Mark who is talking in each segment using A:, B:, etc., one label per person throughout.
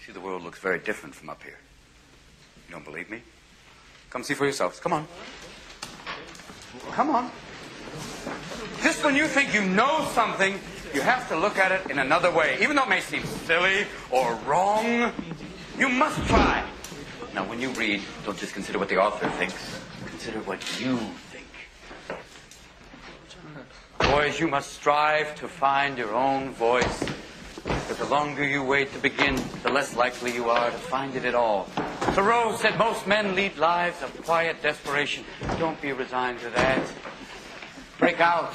A: See, the world looks very different from up here. You don't believe me? Come see for yourselves. Come on. Come on. Just when you think you know something, you have to look at it in another way, even though it may seem silly or wrong. You must try. Now, when you read, don't just consider what the author thinks, consider what you think. Boys, you must strive to find your own voice. But the longer you wait to begin, the less likely you are to find it at all. Thoreau said most men lead lives of quiet desperation. Don't be resigned to that. Break out.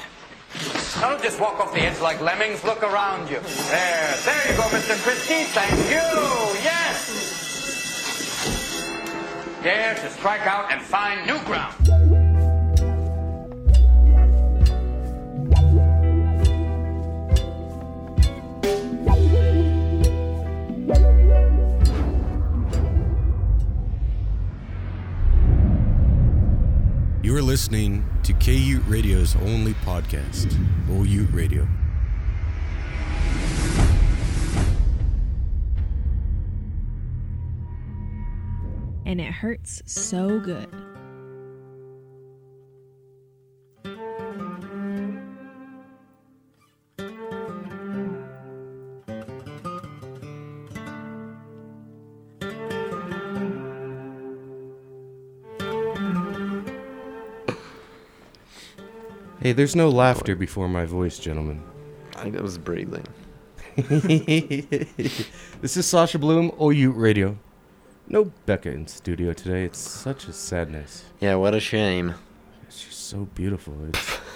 A: Now don't just walk off the edge like lemmings. Look around you. There, there you go, Mr. Christie. Thank you. Yes. Dare to strike out and find new ground.
B: You are listening to KU Radio's only podcast, OU Radio.
C: and it hurts so good.
B: Hey, there's no laughter before my voice, gentlemen.
D: I think that was breathing.
B: this is Sasha Bloom, OU Radio. No Becca in studio today. It's such a sadness.
D: Yeah, what a shame.
B: She's so beautiful.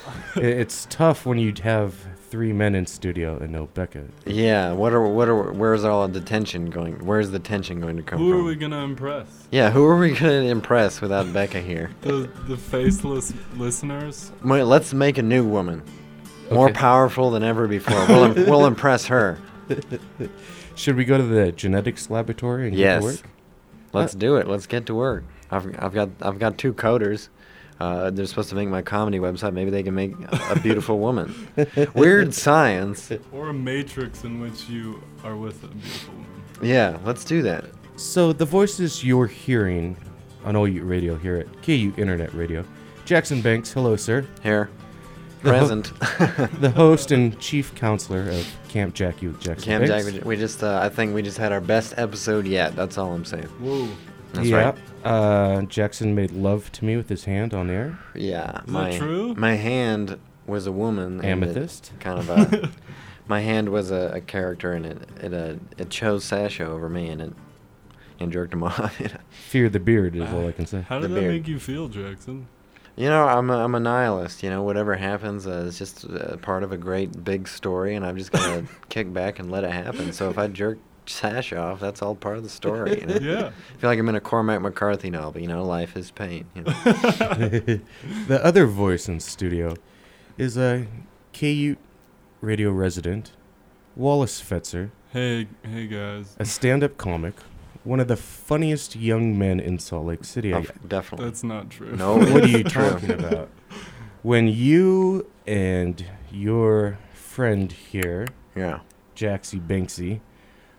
B: It's, it- it's tough when you have three men in studio and no Becca.
D: Yeah, what are what are where's all the tension going? Where's the tension going to come
E: Who
D: from?
E: are we gonna impress?
D: yeah, who are we gonna impress without Becca here?
E: The the faceless listeners.
D: Wait, let's make a new woman, more
B: Okay.
D: powerful than ever before. We'll, im- we'll impress her.
B: Should we go to the genetics laboratory and
D: Yes.
B: get to work?
D: Let's do it. Let's get to work. I've I've got I've got two coders. Uh, they're supposed to make my comedy website. Maybe they can make a a beautiful woman. Weird science.
E: Or a matrix in which you are with a beautiful woman.
D: Yeah, let's do that.
B: So the voices you're hearing on OU Radio here at KU Internet Radio. Jackson Banks, hello, sir.
D: Here,
B: The ho-
D: present.
B: the host and chief counselor of Camp Jackie with Jackson
D: Cam Jack,
B: Banks.
D: we ju- we just, uh, I think we just had our best episode yet. That's all I'm saying.
E: Whoa.
D: That's
B: yeah.
D: right.
B: Uh, Jackson made love to me with his hand on air.
D: Yeah.
E: that true?
D: My hand was a woman. and it
B: Amethyst?
D: Kind of a. my hand was a, a character, and it it, uh, it chose Sasha over me, and it and jerked him off.
B: Fear the beard is all I can say.
E: How
D: The
E: did that
D: beard.
E: make you feel, Jackson?
D: you know, I'm a, I'm a nihilist. You know, whatever happens uh, is just uh, part of a great big story, and I'm just gonna kick back and let it happen. So if I jerk Sasha off, that's all part of the story. You know?
E: Yeah.
D: I feel like I'm in a Cormac McCarthy novel. You know, life is pain. You know?
B: The other voice in studio is a KU radio resident, Wallace Fetzer,
E: Hey hey guys.
B: a stand-up comic, one of the funniest young men in Salt Lake City. I-
D: Oh, definitely.
E: That's not true.
D: No,
B: what are
D: it's
B: you
D: Oh, true.
B: talking about? When you and your friend here,
D: Yeah,
B: Jaxie Banksy,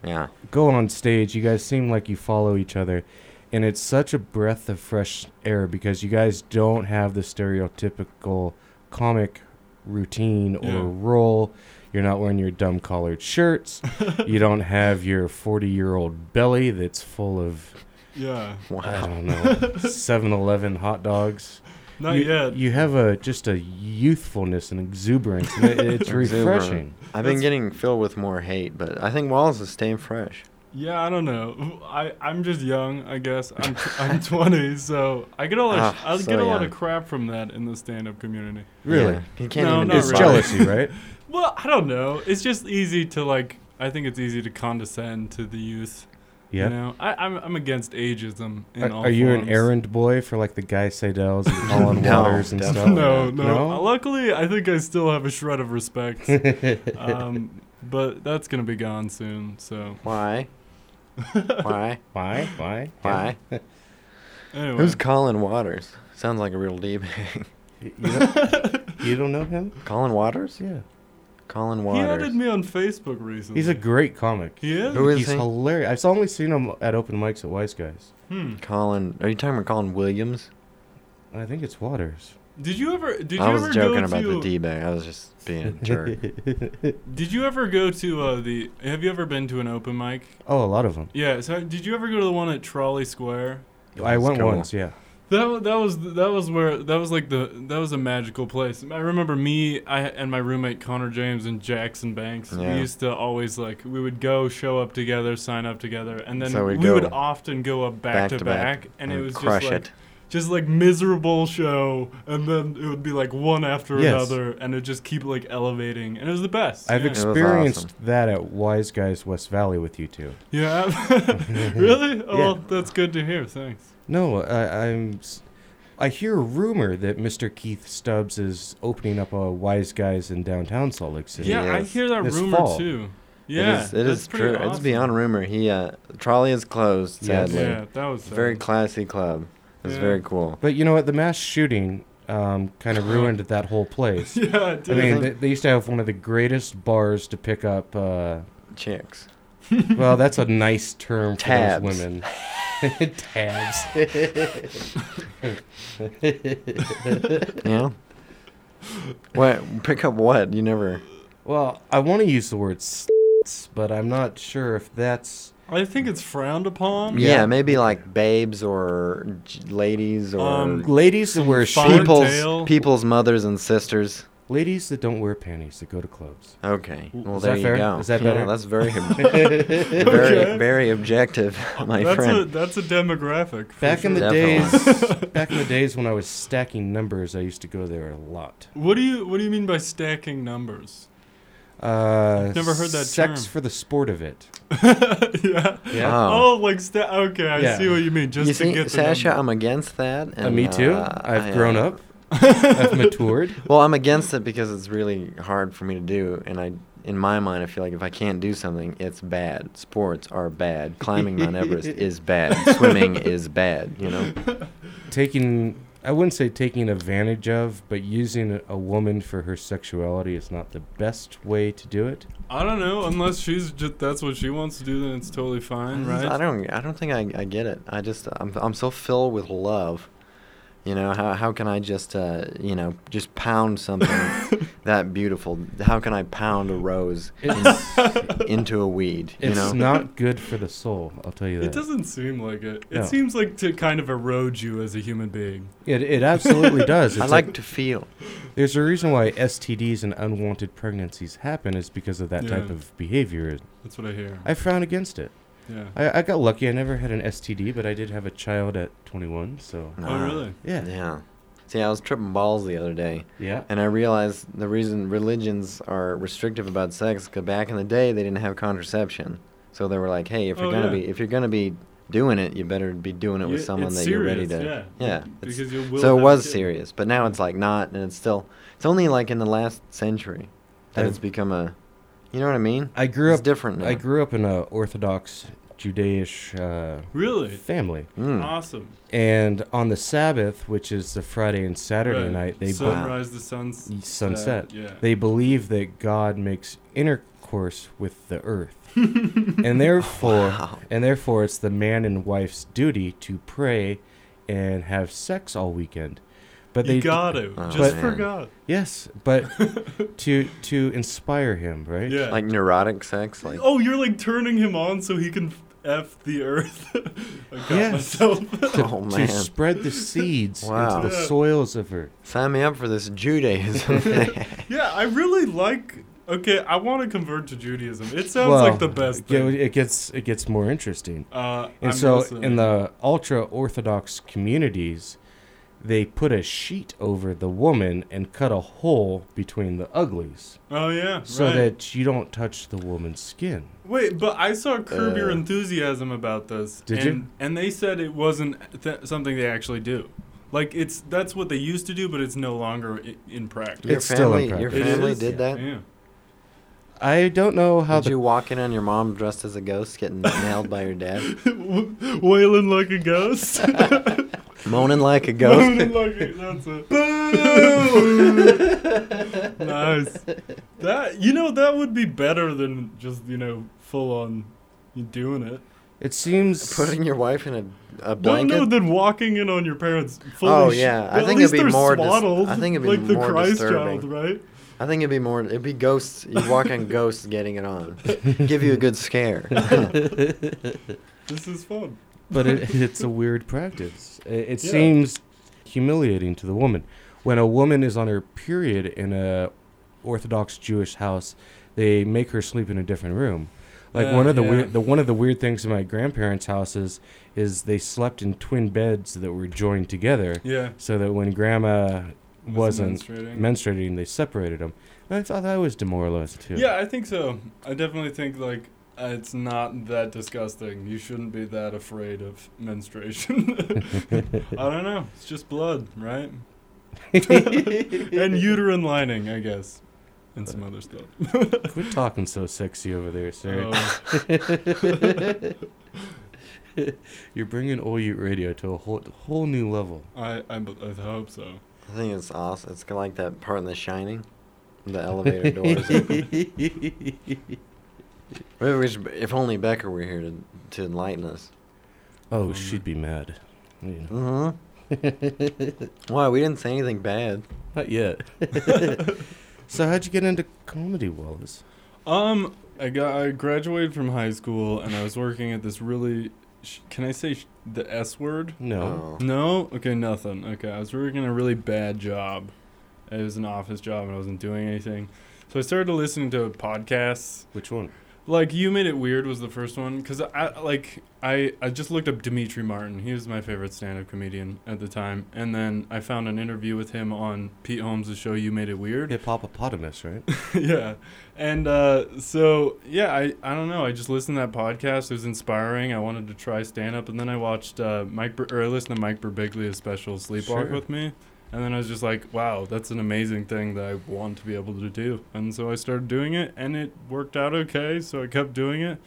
D: yeah.
B: go on stage, you guys seem like you follow each other. And it's such a breath of fresh air because you guys don't have the stereotypical comic routine or
E: Yeah.
B: role. You're not wearing your dumb collared shirts. you don't have your 40 year old belly that's full of,
E: Yeah.
B: I
D: Wow.
B: don't know, 7 Eleven hot dogs.
E: Not
B: you,
E: yet.
B: You have a just a youthfulness and exuberance. and it- it's
D: Exuberant.
B: refreshing.
D: I've been
E: That's-
D: getting filled with more hate, but I think Wallace is staying fresh.
E: yeah, I don't know. I I'm just young, I guess. I'm I'm 20, so I get a lot of,
D: Ah,
E: I
D: so
E: get a lot
D: young.
E: of crap from that in the stand-up community.
B: Really,
D: Yeah. He can't
E: No,
D: even
E: not
B: it's
E: really.
D: decide.
B: jealousy, right?
E: Well, I don't know. It's just easy to like I think it's easy to condescend to the youth.
B: Yeah.
E: You know, I, I'm I'm against ageism in
B: Are,
E: all
B: are you an
E: forms.
B: errand boy for like the Guy Seidel's and Colin
D: No,
B: Waters and stuff?
D: definitely
E: No,
D: not.
E: no. Uh,
B: No?
E: Luckily, I think I still have a shred of respect. um, but that's gonna be gone soon. So
D: Why? Why?
B: Why? Why?
D: Why?
E: anyway,
D: Who's Colin Waters? Sounds like a real D bag.
B: You don't, you don't know him?
D: Colin Waters?
B: Yeah.
D: Colin
E: He
D: Waters.
E: added me on Facebook recently.
B: He's a great comic.
E: He is?
D: Who is
B: He's
D: he?
B: hilarious. I've only seen him at open mics at Wise Guys.
E: Hmm.
D: Colin. Are you talking about Colin Williams?
B: I think it's Waters.
E: Did you ever? Did
D: I
E: you
D: was
E: ever
D: joking
E: go
D: about
E: to,
D: the D bag. I was just being a jerk.
E: Did you ever go to uh, the? Have you ever been to an open mic?
B: Oh, a lot of them.
E: Yeah. So did you ever go to the one at Trolley Square?
B: I
D: That's
B: went
D: cool.
B: once, yeah.
E: That wa- that was that was where that was like the that was a magical place. I remember me I and my roommate Connor James and Jackson Banks.
D: Yeah.
E: We used to always like we would go show up together, sign up together, and then
D: So
E: we
D: we'd go
E: would often go up back, to back, and it
D: I'd
E: was
D: crush
E: just like
D: it.
E: just like miserable show, and then it would be like one after
B: Yes.
E: another, and it would just keep like elevating, and it was the best.
B: I've
E: yeah.
D: ex-
B: experienced
D: awesome.
B: that at Wise Guys West Valley with you two.
E: yeah. really?
B: Yeah.
E: Oh, well, that's good to hear. Thanks.
B: No, I, I'm. s- I hear a rumor that Mr. Keith Stubbs is opening up a Wise Guys in downtown Salt Lake City.
E: Yeah, I
D: is.
E: hear that
B: This
E: rumor
B: fall.
E: too. Yeah,
D: it is, it
E: that's
D: is
E: pretty
D: true. It's
E: awesome.
D: beyond rumor. He uh, trolley is closed.
B: Yes.
D: Sadly,
E: Yeah, that was
D: it's a very
E: sad.
D: classy club. It's
E: Yeah.
D: very cool.
B: But you know what? The mass shooting um, kind of ruined that whole place.
E: Yeah,
B: I
E: dude.
B: mean, they, they used to have one of the greatest bars to pick up. Uh,
D: Chicks.
B: well, that's a nice term for
D: Tabs.
B: those women. Tabs.
D: Yeah. what? Pick up what? You never.
B: Well, I want to use the word s, but I'm not sure if that's.
E: I think it's frowned upon.
D: Yeah,
B: Yeah.
D: maybe like babes or j- ladies or
E: Um,
B: Ladies that wear
E: Some
B: short,
E: fine-
D: people's
E: tail.
D: people's mothers and sisters.
B: ladies that don't wear panties that go to clubs.
D: Okay. Well,
B: Is
D: there
B: that
D: you
B: fair?
D: go.
B: Is that
D: Yeah,
B: better?
D: that's very, very,
E: Okay.
D: very objective, my
E: that's a
D: friend.
E: that's a demographic. for
B: Back in the
E: sure.
B: days, back in the days when I was stacking numbers, I used to go there a lot.
E: What do you what do you mean by stacking numbers?
B: Uh,
E: I've never heard that
B: Sex
E: term.
B: for the sport of it.
E: yeah.
B: Yeah.
D: Oh.
E: Oh, like sta- okay, I
B: Yeah.
E: see what you mean. Just
D: you
E: to
D: see,
E: get the
D: Sasha,
E: number.
D: I'm against that.
B: Uh, me too.
D: uh,
B: I've
D: I,
B: grown
D: uh,
B: up. I've matured.
D: Well, I'm against it because it's really hard for me to do, and I, in my mind, I feel like if I can't do something, it's bad. Sports are bad. Climbing Mount Everest is bad. Swimming is bad. You know.
B: Taking, I wouldn't say taking advantage of, but using a woman for her sexuality is not the best way to do it.
E: I don't know. Unless she's just that's what she wants to do, then it's totally fine, right?
D: I don't. I don't think I, I get it. I just. I'm. I'm so filled with love. You know how how can I just uh you know just pound something that beautiful? How can I pound a rose
B: It's,
D: into a weed? You
B: it's
D: know.
B: not good for the soul. I'll tell you that.
E: It doesn't seem like it. It
B: No.
E: seems like to kind of erode you as a human being.
B: It, it absolutely does. It's
D: I
B: like,
D: like to feel.
B: there's a reason why STDs and unwanted pregnancies happen is because of that type
E: Yeah.
B: of behavior.
E: That's what I hear.
B: I frown against it.
E: yeah.
B: I, I got lucky. I never had an STD, but I did have a child at 21. So
E: oh, really?
B: yeah,
D: Yeah. See, I was tripping balls the other day,
B: yeah.
D: and I realized the reason religions are restrictive about sex is 'cause back in the day they didn't have contraception, so they were like, "Hey, if you're
E: Oh,
D: gonna
E: yeah.
D: be if you're gonna be doing it, you better be doing it with
E: Yeah,
D: someone
E: it's
D: that you're ready to."
E: serious, yeah.
D: yeah it's-
E: Because you will
D: so
E: have
D: it
E: a
D: was
E: kid.
D: serious, but now it's like not, and it's still. It's only like in the last century that
B: I've-
D: it's become a. You know what I mean?
B: I grew
D: it's
B: up.
D: different now.
B: I grew up in a Orthodox Judaish uh,
E: Really?
B: family,
D: Mm.
E: Awesome.
B: and on the Sabbath, which is the Friday and Saturday
E: Right.
B: night, they
D: So-
E: sunrise the sun's
B: be- sunset.
E: Yeah.
B: They believe that God makes intercourse with the earth, and therefore,
D: Wow.
B: and therefore, it's the man and wife's duty to pray and have sex all weekend. But they
E: you got to
D: Oh,
E: just
D: man.
E: forgot.
B: yes, but to to inspire him, right?
E: Yeah.
D: Like neurotic sex, like
E: oh, you're like turning him on so he can f the earth. I got
B: Yes.
E: myself.
D: oh
B: To
D: man,
B: spread the seeds
D: Wow.
B: into the
E: Yeah.
B: soils of earth.
D: sign me up for this Judaism.
E: yeah, I really like. Okay, I want to convert to Judaism. It sounds like the best
B: yeah,
E: thing.
B: it gets it gets more interesting.
E: Uh,
B: And
E: I'm
B: so
E: listening.
B: in the ultra orthodox communities, they put a sheet over the woman and cut a hole between the uglies
E: oh yeah,
B: so
E: right.
B: that you don't touch the woman's skin.
E: Wait, but I saw Curb Your
D: Uh,
E: Enthusiasm about this.
B: Did
E: and,
B: you?
E: And they said it wasn't th- something they actually do. Like it's that's what they used to do, but it's no longer i- in practice.
D: your
B: It's still in
D: family, your
B: practice.
E: It
D: family
E: is?
D: did that.
E: Yeah.
B: I don't know how
D: Did
B: the
D: you walk in on your mom dressed as a ghost getting nailed by your dad?
E: Wailing like a ghost.
D: Moaning like a
E: Moaning
D: ghost.
E: like a- that's it. Boo! nice. That you know that would be better than just you know full on you doing it.
B: It seems
D: Putting your wife in a, a
E: No,
D: blanket.
E: no, than walking in on your parents. Fully
D: Oh,
E: sh-
D: yeah. I
E: at
D: think it'd
E: least
D: be
E: they're
D: more dis-
E: swaddled,
D: I think it'd be
E: like the
D: more
E: Christ
D: disturbing.
E: child, right?
D: I think it'd be more. It'd be ghosts. You walk on ghosts getting it on. Give you a good scare.
E: This is fun.
B: but it, it's a weird practice. It, it
E: Yeah.
B: seems humiliating to the woman. When a woman is on her period in a Orthodox Jewish house, they make her sleep in a different room. Like
E: Uh,
B: one of the
E: yeah.
B: weird, the one of the weird things in my grandparents' houses is they slept in twin beds that were joined together,
E: Yeah.
B: so that when grandma wasn't
E: menstruating.
B: menstruating, they separated them. And I thought that was demoralized too.
E: Yeah, I think so. I definitely think like uh, it's not that disgusting. You shouldn't be that afraid of menstruation. I don't know. It's just blood, right? and uterine lining, I guess, and some other stuff.
B: Quit talking so sexy over there, sir.
E: Oh,
B: You're bringing Ute Radio to a whole whole new level.
E: I, I b- I hope so.
D: I think it's awesome. It's kinda like that part in The Shining, the elevator doors. open. Maybe we should, if only Becker were here to to enlighten us.
B: Oh,
E: Um,
B: she'd be mad. Yeah.
D: Mm-hmm. Why we didn't say anything bad?
B: Not yet. so how'd you get into comedy, Wallace?
E: Um, I got I graduated from high school and I was working at this really. Sh- can I say sh- the S word?
B: No.
D: Oh.
E: No? Okay, nothing. Okay, I was working a really bad job. It was an office job and I wasn't doing anything. So I started listening to podcasts.
B: Which one?
E: Like You Made It Weird was the first one cuz I like I I just looked up Dimitri Martin. He was my favorite stand-up comedian at the time. And then I found an interview with him on Pete Holmes' show You Made It Weird
B: Hip hopopotamus, right?
E: yeah. And uh, so, yeah, I, I don't know. I just listened to that podcast. It was inspiring. I wanted to try stand up. And then I watched uh, Mike, Ber- or I listened to Mike Birbiglia's special, Sleepwalk
B: Sure.
E: with Me. And then I was just like, wow, that's an amazing thing that I want to be able to do. And so I started doing it, and it worked out okay. So I kept doing it,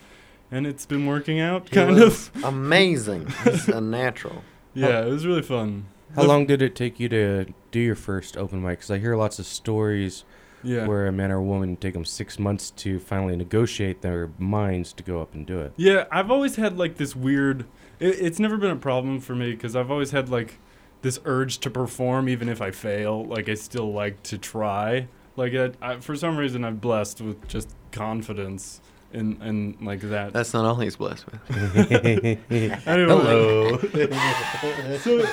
E: and it's been working out,
D: He
E: kind
D: was
E: of.
D: Amazing. He's a natural.
E: Yeah, it was really fun.
B: How
E: The-
B: long did it take you to do your first open mic? Because I hear lots of stories
E: Yeah.
B: where a man or woman take them six months to finally negotiate their minds to go up and do it.
E: Yeah, I've always had like this weird. It, it's never been a problem for me because I've always had like this urge to perform, even if I fail. Like I still like to try. Like I, I, for some reason, I'm blessed with just confidence in and like that.
D: That's not all he's blessed with.
E: Anyway,
B: Hello.
E: So,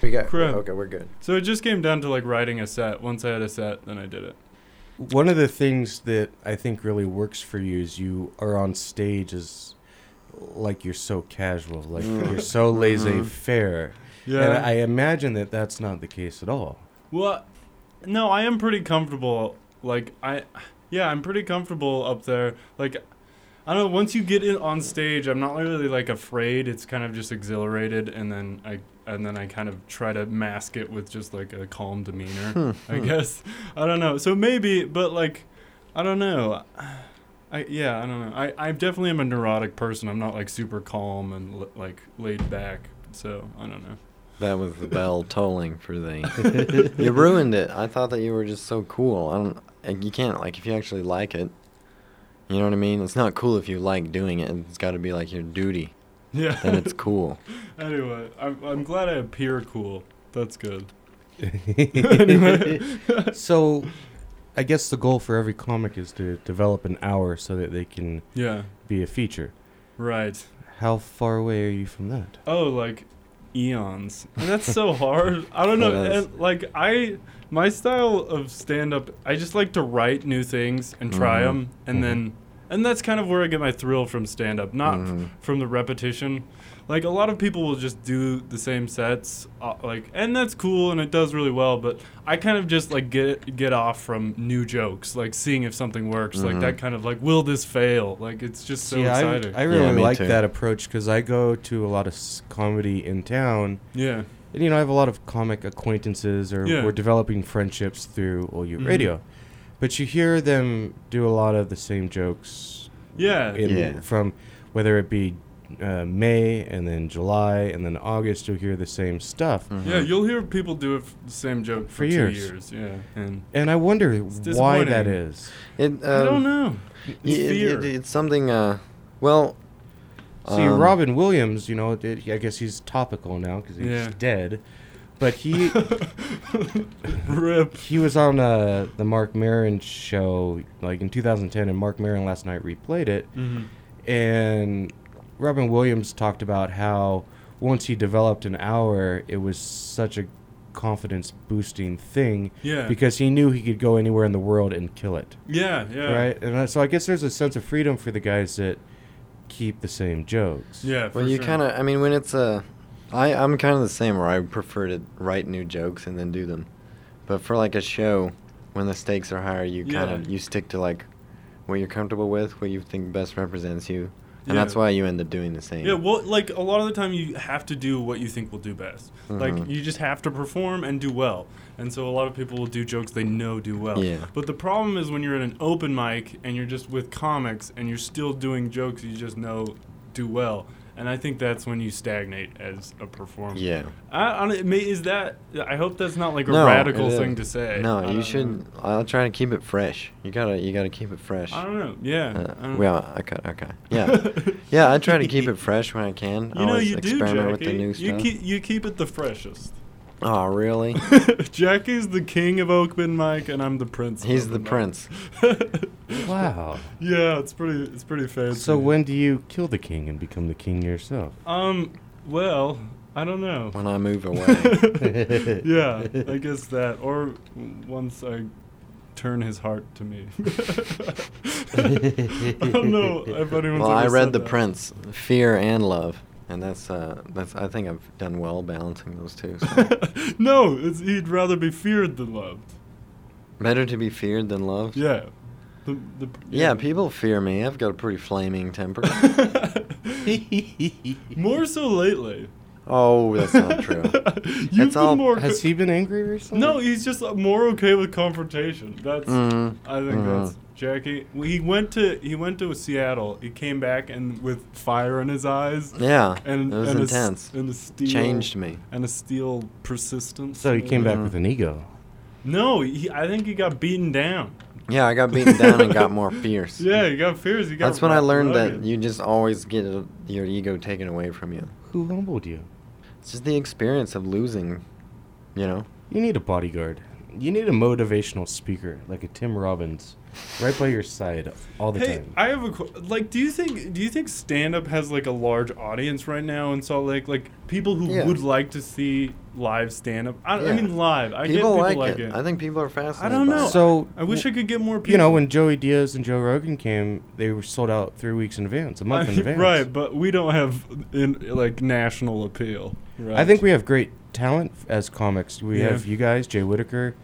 D: We got
E: Crap.
D: okay. We're good.
E: so it just came down to like writing a set. Once I had a set, then I did it.
B: One of the things that I think really works for you is you are on stage is like you're so casual, like
D: Mm.
B: you're so laissez faire. And
E: Yeah.
B: I imagine that that's not the case at all.
E: well, no, I am pretty comfortable. Like I, yeah, I'm pretty comfortable up there. Like I don't know. Once you get in on stage, I'm not really like afraid. It's kind of just exhilarated, and then I and then I kind of try to mask it with just like a calm demeanor. I guess I don't know. So maybe, but like I don't know. I yeah, I don't know. I I definitely am a neurotic person. I'm not like super calm and l- like laid back. So I don't know.
D: That was the bell tolling for the. you ruined it. I thought that you were just so cool. I don't. and You can't like if you actually like it. You know what I mean? It's not cool if you like doing it. It's got to be like your duty.
E: Yeah.
D: Then it's cool.
E: Anyway, I'm, I'm glad I appear cool. That's good. anyway,
B: So I guess the goal for every comic is to develop an hour so that they can
E: yeah,
B: be a feature.
E: right.
B: How far away are you from that?
E: Oh, like eons. That's so hard. I don't know.
D: That is.
E: And, like I, my style of stand up, I just like to write new things and try
B: Mm-hmm.
D: Mhm.
E: them, and then, and that's kind of where I get my thrill from stand up, not f-
B: Mm-hmm.
D: Mhm.
E: from the repetition. Like a lot of people will just do the same sets, uh, like, and that's cool and it does really well. But I kind of just like get get off from new jokes, like seeing if something works, like
D: Mhm.
E: that kind of like, will this fail? Like it's just so
B: Mm-hmm. See, I,
E: exciting.
B: I really
D: me
B: like
D: too.
B: that approach because I go to a lot of s- comedy in town.
E: yeah,
B: And, you know, I have a lot of comic acquaintances, or
E: Yeah.
B: we're developing friendships through OU
E: Mhm.
B: Radio. But you hear them do a lot of the same jokes
E: yeah.
B: in,
D: Yeah.
B: from whether it be uh, May and then July and then August, you'll hear the same stuff.
D: Mm-hmm.
E: Yeah, you'll hear people do it f- the same joke for,
B: For
E: two
B: years.
E: years. Yeah, and
B: And I wonder why that
E: disappointing.
B: is.
D: It,
E: I don't
D: um,
E: know. It's
D: y- it-
E: fear.
D: it- it's something. Uh, well,
B: See,
D: um,
B: Robin Williams, you know, it, I guess he's topical now because he's
E: Yeah.
B: dead. But he
E: Rip.
B: he was on uh, the Mark Maron show like in 2010, and Mark Maron last night replayed it.
E: Mm-hmm.
B: And Robin Williams talked about how once he developed an hour, it was such a confidence boosting thing
E: Yeah.
B: because he knew he could go anywhere in the world and kill it.
E: yeah, yeah.
B: Right? And I- so I guess there's a sense of freedom for the guys that keep the same jokes.
E: Yeah.
D: well,
E: for
D: you
E: sure.
D: kind of. I mean, when it's a, I I'm kind of the same where I prefer to write new jokes and then do them, but for like a show, when the stakes are higher, you kind of
E: Yeah.
D: you stick to like what you're comfortable with, what you think best represents you, and
E: Yeah.
D: that's why you end up doing the same.
E: Yeah, well, like a lot of the time, you have to do what you think will do best.
D: Uh-huh.
E: Like you just have to perform and do well. And so a lot of people will do jokes they know do well.
D: Yeah.
E: But the problem is when you're at an open mic and you're just with comics and you're still doing jokes you just know do well. And I think that's when you stagnate as a performer.
D: Yeah.
E: I, I don't, may, is that? I hope that's not like a
D: No,
E: radical
D: it
E: thing
D: is.
E: to say. I
D: No, you
E: don't
D: should.
E: know.
D: I'll try to keep it fresh. You gotta, you gotta keep it fresh.
E: I don't know. Yeah.
D: Uh,
E: I don't-
D: well, okay, okay, yeah, yeah. I try to keep it fresh when I can.
E: You know,
D: Always
E: you do,
D: experiment
E: Jackie.
D: with the new
E: you
D: stuff.
E: keep you keep it the freshest.
D: oh, really?
E: Jackie's the king of open mic, and I'm the prince. of
D: He's the
E: open mic.
D: prince.
B: Wow.
E: yeah, it's pretty. It's pretty fancy.
B: So when do you kill the king and become the king yourself?
E: Um. Well, I don't know.
D: When I move away,
E: yeah, I guess that. Or w- once I turn his heart to me. I don't know if anyone's
D: well, I
E: ever
D: read
E: said
D: the
E: that.
D: prince, fear and love, and that's uh, that's. I think I've done well balancing those two. So.
E: no, it's, he'd rather be feared than loved.
D: Better to be feared than loved.
E: Yeah. The, the,
D: Yeah, people fear me. I've got a pretty flaming temper.
E: More so lately.
D: oh, that's not true.
E: You've
D: It's
E: been
D: all-
E: more.
B: Has he been angry recently?
E: No, he's just uh, more okay with confrontation. That's
D: Mm.
E: I think
D: Mhm.
E: that's Jackie. Well, He went to he went to Seattle. He came back and with fire in his eyes
D: Yeah,
E: and
D: it was
E: and a s-
D: intense.
E: and a steel
D: Changed me.
E: and a steel persistence.
B: So he came back with an ego.
E: No, he, I think he got beaten down.
D: Yeah, I got beaten down and got more fierce.
E: Yeah, he got fierce. He got
D: That's when I
E: ru-
D: learned that
E: rugged.
D: you just always get uh, your ego taken away from you.
B: Who humbled you?
D: It's just the experience of losing, you know?
B: You need a bodyguard. You need a motivational speaker like a Tim Robbins, right by your side all the
E: Hey,
B: time.
E: I have a qu- like. Do you think do you think stand up has like a large audience right now in Salt Lake? Like people who
D: Yeah.
E: would like to see live stand up. I, I
D: Yeah.
E: mean live. I get
D: people like,
E: like
D: it. I think people are fascinated.
E: don't
D: by
E: know.
D: it.
B: so
E: I wish I could get more people.
B: you know when Joey Diaz and Joe Rogan came, they were sold out three weeks in advance, a month in advance.
E: right, but we don't have in like national appeal. Right.
B: I think we have great talent f- as comics. We
E: Yeah.
B: have you guys, Jay Whitaker,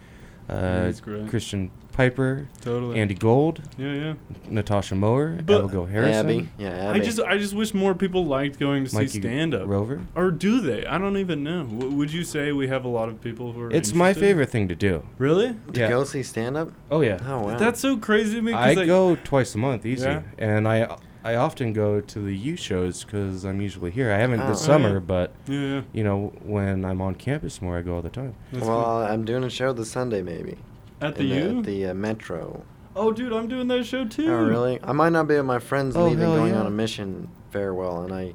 B: uh,
E: he's great.
B: Christian Piper,
E: totally.
B: Andy Gold,
E: yeah, yeah.
B: Natasha Mower,
E: But-
B: Abigail Harrison,
D: Abby. Yeah, Abby.
E: I just I just wish more people liked going to see
B: Mikey
E: stand up.
B: Rover.
E: Or do they? I don't even know. W- would you say we have a lot of people who are?
B: It's my
E: interested?
B: favorite thing to do.
E: Really?
D: to
B: yeah.
D: go see stand up?
B: Oh yeah.
D: Oh, wow.
E: That's so crazy to me. 'cause,
B: I
E: like,
B: go twice a month, easy,
E: Yeah?
B: and I I often go to the U shows because I'm usually here. I haven't
D: Oh.
B: this
E: Oh, yeah.
B: summer, but
E: Yeah, yeah.
B: you know when I'm on campus more, I go all the time.
E: That's
D: well, I'm doing a show this Sunday, maybe.
E: cool. at the
D: in
E: U.
D: at the uh, Metro.
E: oh, dude, I'm doing that show too.
D: Oh, really? I might not be at my friend's
B: Oh,
D: leaving,
B: hell
D: going
B: yeah.
D: on a mission farewell, and I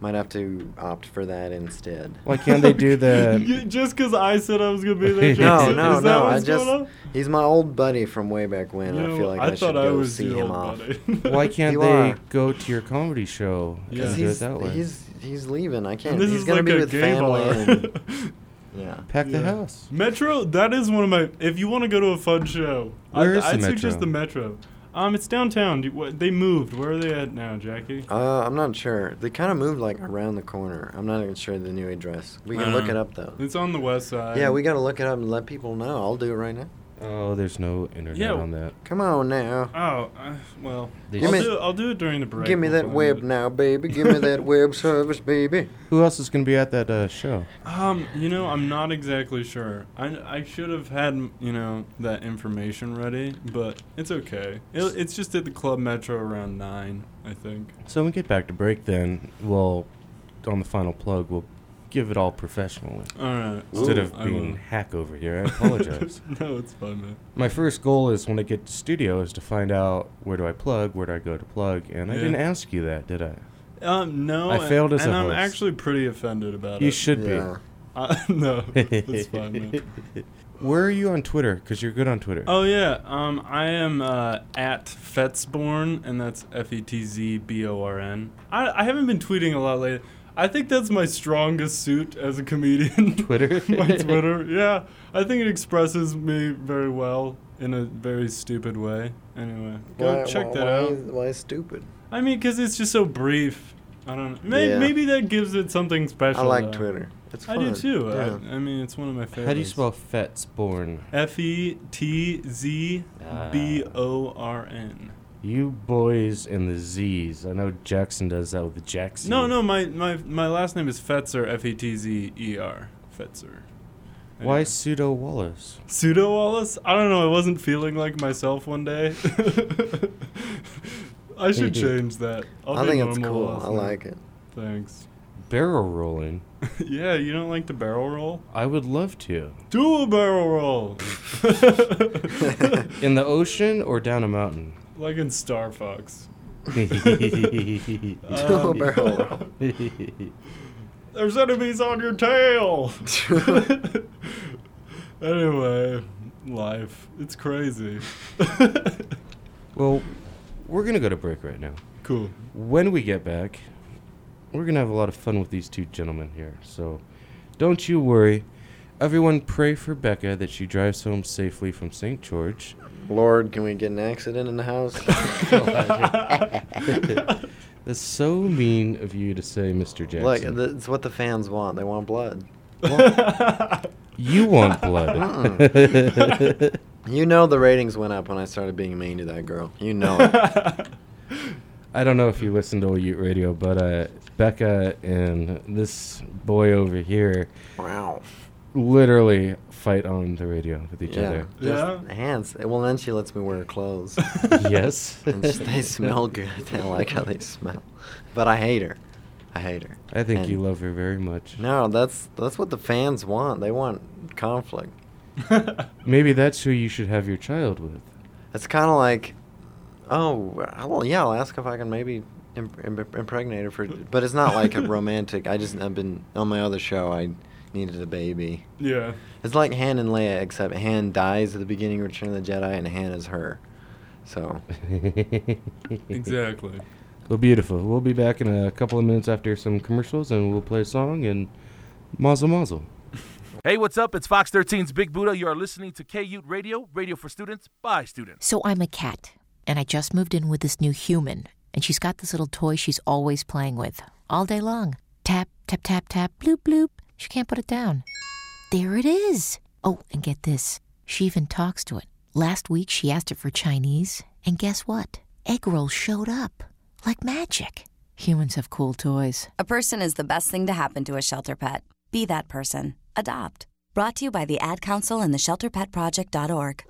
D: might have to opt for that instead.
B: Why can't they do
E: You-
B: the?
E: just because I said I was gonna be
D: No,
E: there. Jackson?
D: no,
E: Is that
D: no. I
E: what's going on?
D: just. He's my old buddy from way back when.
E: You
D: I
E: know,
D: feel like I, should
E: thought I
D: go
E: was
D: see
E: the
D: him
E: old
D: off.
E: buddy.
B: Why can't
D: You
B: they
D: are.
B: go to your comedy show
E: Yeah.
B: and do it
D: He's,
B: that way?
D: he's he's leaving. I can't.
E: And this
D: he's
E: is
D: gonna
E: like
D: be
E: a
D: with
E: gay
D: family. And,
E: bar.
D: yeah.
B: Pack the
E: Yeah.
B: house.
E: Metro, that is one of my. If you want to go to a fun show,
B: Where
E: I,
B: is the
E: I'd
B: Metro?
E: suggest the Metro. Um, it's downtown. Do you- what- they moved. Where are they at now, Jackie?
D: Uh, I'm not sure. They kind of moved like around the corner. I'm not even sure the new address. We can look
E: Uh,
D: it up though.
E: It's on the west side.
D: Yeah, we gotta look it up and let people know. I'll do it right now.
B: Oh, there's no internet
E: Yeah.
B: on that.
D: Come on now.
E: Oh, uh, well.
B: They
E: I'll,
D: just-
E: do, I'll do it during the break.
D: Give me
E: We'll
D: that
E: find
D: web
E: it.
D: now, baby. Give me that web service, baby.
B: Who else is gonna be at that uh, show?
E: Um, you know, I'm not exactly sure. I, I should have had, you know, that information ready, but it's okay. It, it's just at the Club Metro around 9. I think.
B: So when we get back to break, then we'll, on the final plug, we'll give it all professionally
E: All right.
B: instead
E: Ooh,
B: of
E: I
B: being hack over here. I apologize.
E: will. No, it's fine, man.
B: My first goal is when I get to studio is to find out where do I plug, where do I go to plug, and I
E: Yeah.
B: didn't ask you that, did I?
E: Um, no,
B: I
E: and-
B: failed as a
E: and I'm
B: host.
E: actually pretty offended about
B: You
E: it.
B: should
D: yeah.
E: Uh, no,
B: be.
E: it's fine, man.
B: Where are you on Twitter? Because you're good on Twitter.
E: Oh yeah, um, I am uh, at Fetzborn, and that's E F-E-T-Z-B-O-R-N. I I haven't been tweeting a lot lately. I think that's my strongest suit as a comedian.
B: Twitter?
E: my Twitter. Yeah, I think it expresses me very well in a very stupid way. Anyway, go check that out.
D: Why stupid?
E: I mean, because it's just so brief. I don't know. Maybe,
D: Yeah.
E: maybe that gives it something special.
D: I like
E: though.
D: Twitter. It's
E: uh, I
D: fun.
E: do too.
D: Yeah.
E: I, I mean, it's one of my favorites.
B: How do you spell Fetsborn?
E: F E T Z B O R N.
B: You boys and the Z's. I know Jackson does that with the Jackson.
E: No, no, my, my, my last name is Fetzer, F E T Z E R. Fetzer.
B: Why pseudo Wallace?
E: Pseudo Wallace? I don't know. I wasn't feeling like myself one day. I should
B: Mhm.
E: change that. I'll
D: I
E: be
D: think it's
E: normal
D: cool.
E: Wallace
D: I
E: now.
D: like it.
E: Thanks.
B: Barrel rolling.
E: yeah, you don't like the barrel roll?
B: I would love to.
E: Do a barrel roll!
B: In the ocean or down a mountain?
E: like in Star Fox.
D: Double barrel roll.
E: There's enemies on your tail. anyway, life. It's crazy.
B: well, we're going to go to break right now.
E: cool.
B: When we get back, we're going to have a lot of fun with these two gentlemen here. So don't you worry. Everyone, pray for Becca that she drives home safely from St. George.
D: Lord, can we get an accident in the house?
B: That's so mean of you to say, Mr. Jackson.
D: Look, th- it's what the fans want. They want blood.
B: you want blood.
D: You know the ratings went up when I started being mean to that girl. You know
B: oh.
D: it.
B: I don't know if you listen to Old Ute Radio, but uh, Becca and this boy over here
D: wow.
B: literally fight on the radio with each
D: Yeah.
E: Yeah.
D: Just hands. Well, then she lets me wear her clothes.
B: other. yes.
D: and she, they smell good. I like how they smell. But I hate her. I hate her.
B: I think
D: And-
B: you love her very much.
D: No, that's that's what the fans want. They want conflict.
B: Maybe that's who you should have your child with.
D: It's kind of like, oh, I- well, yeah, I'll ask if I can maybe im- im- impregnate her for, but it's not like a romantic. I just I've been on my other show. I needed a baby.
E: Yeah.
D: It's like Han and Leia, except Han dies at the beginning of Return of the Jedi, and Han is her. So
E: Exactly.
B: well, beautiful. We'll be back in a couple of minutes after some commercials, and we'll play a song and mazel mazel.
F: Hey, what's up? It's Fox 13's Big Buddha. You are listening to KUTE Radio, radio for students by students.
G: So I'm a cat, and I just moved in with this new human, and she's got this little toy she's always playing with all day long. Tap, tap, tap, tap, bloop, bloop. She can't put it down. There it is. Oh, and get this she even talks to it. Last week she asked it for Chinese, and guess what? Egg rolls showed up like magic. Humans have cool toys.
H: A person is the best thing to happen to a shelter pet. Be that person. Adopt. Brought to you by the Ad Council and the ShelterPetProject.org.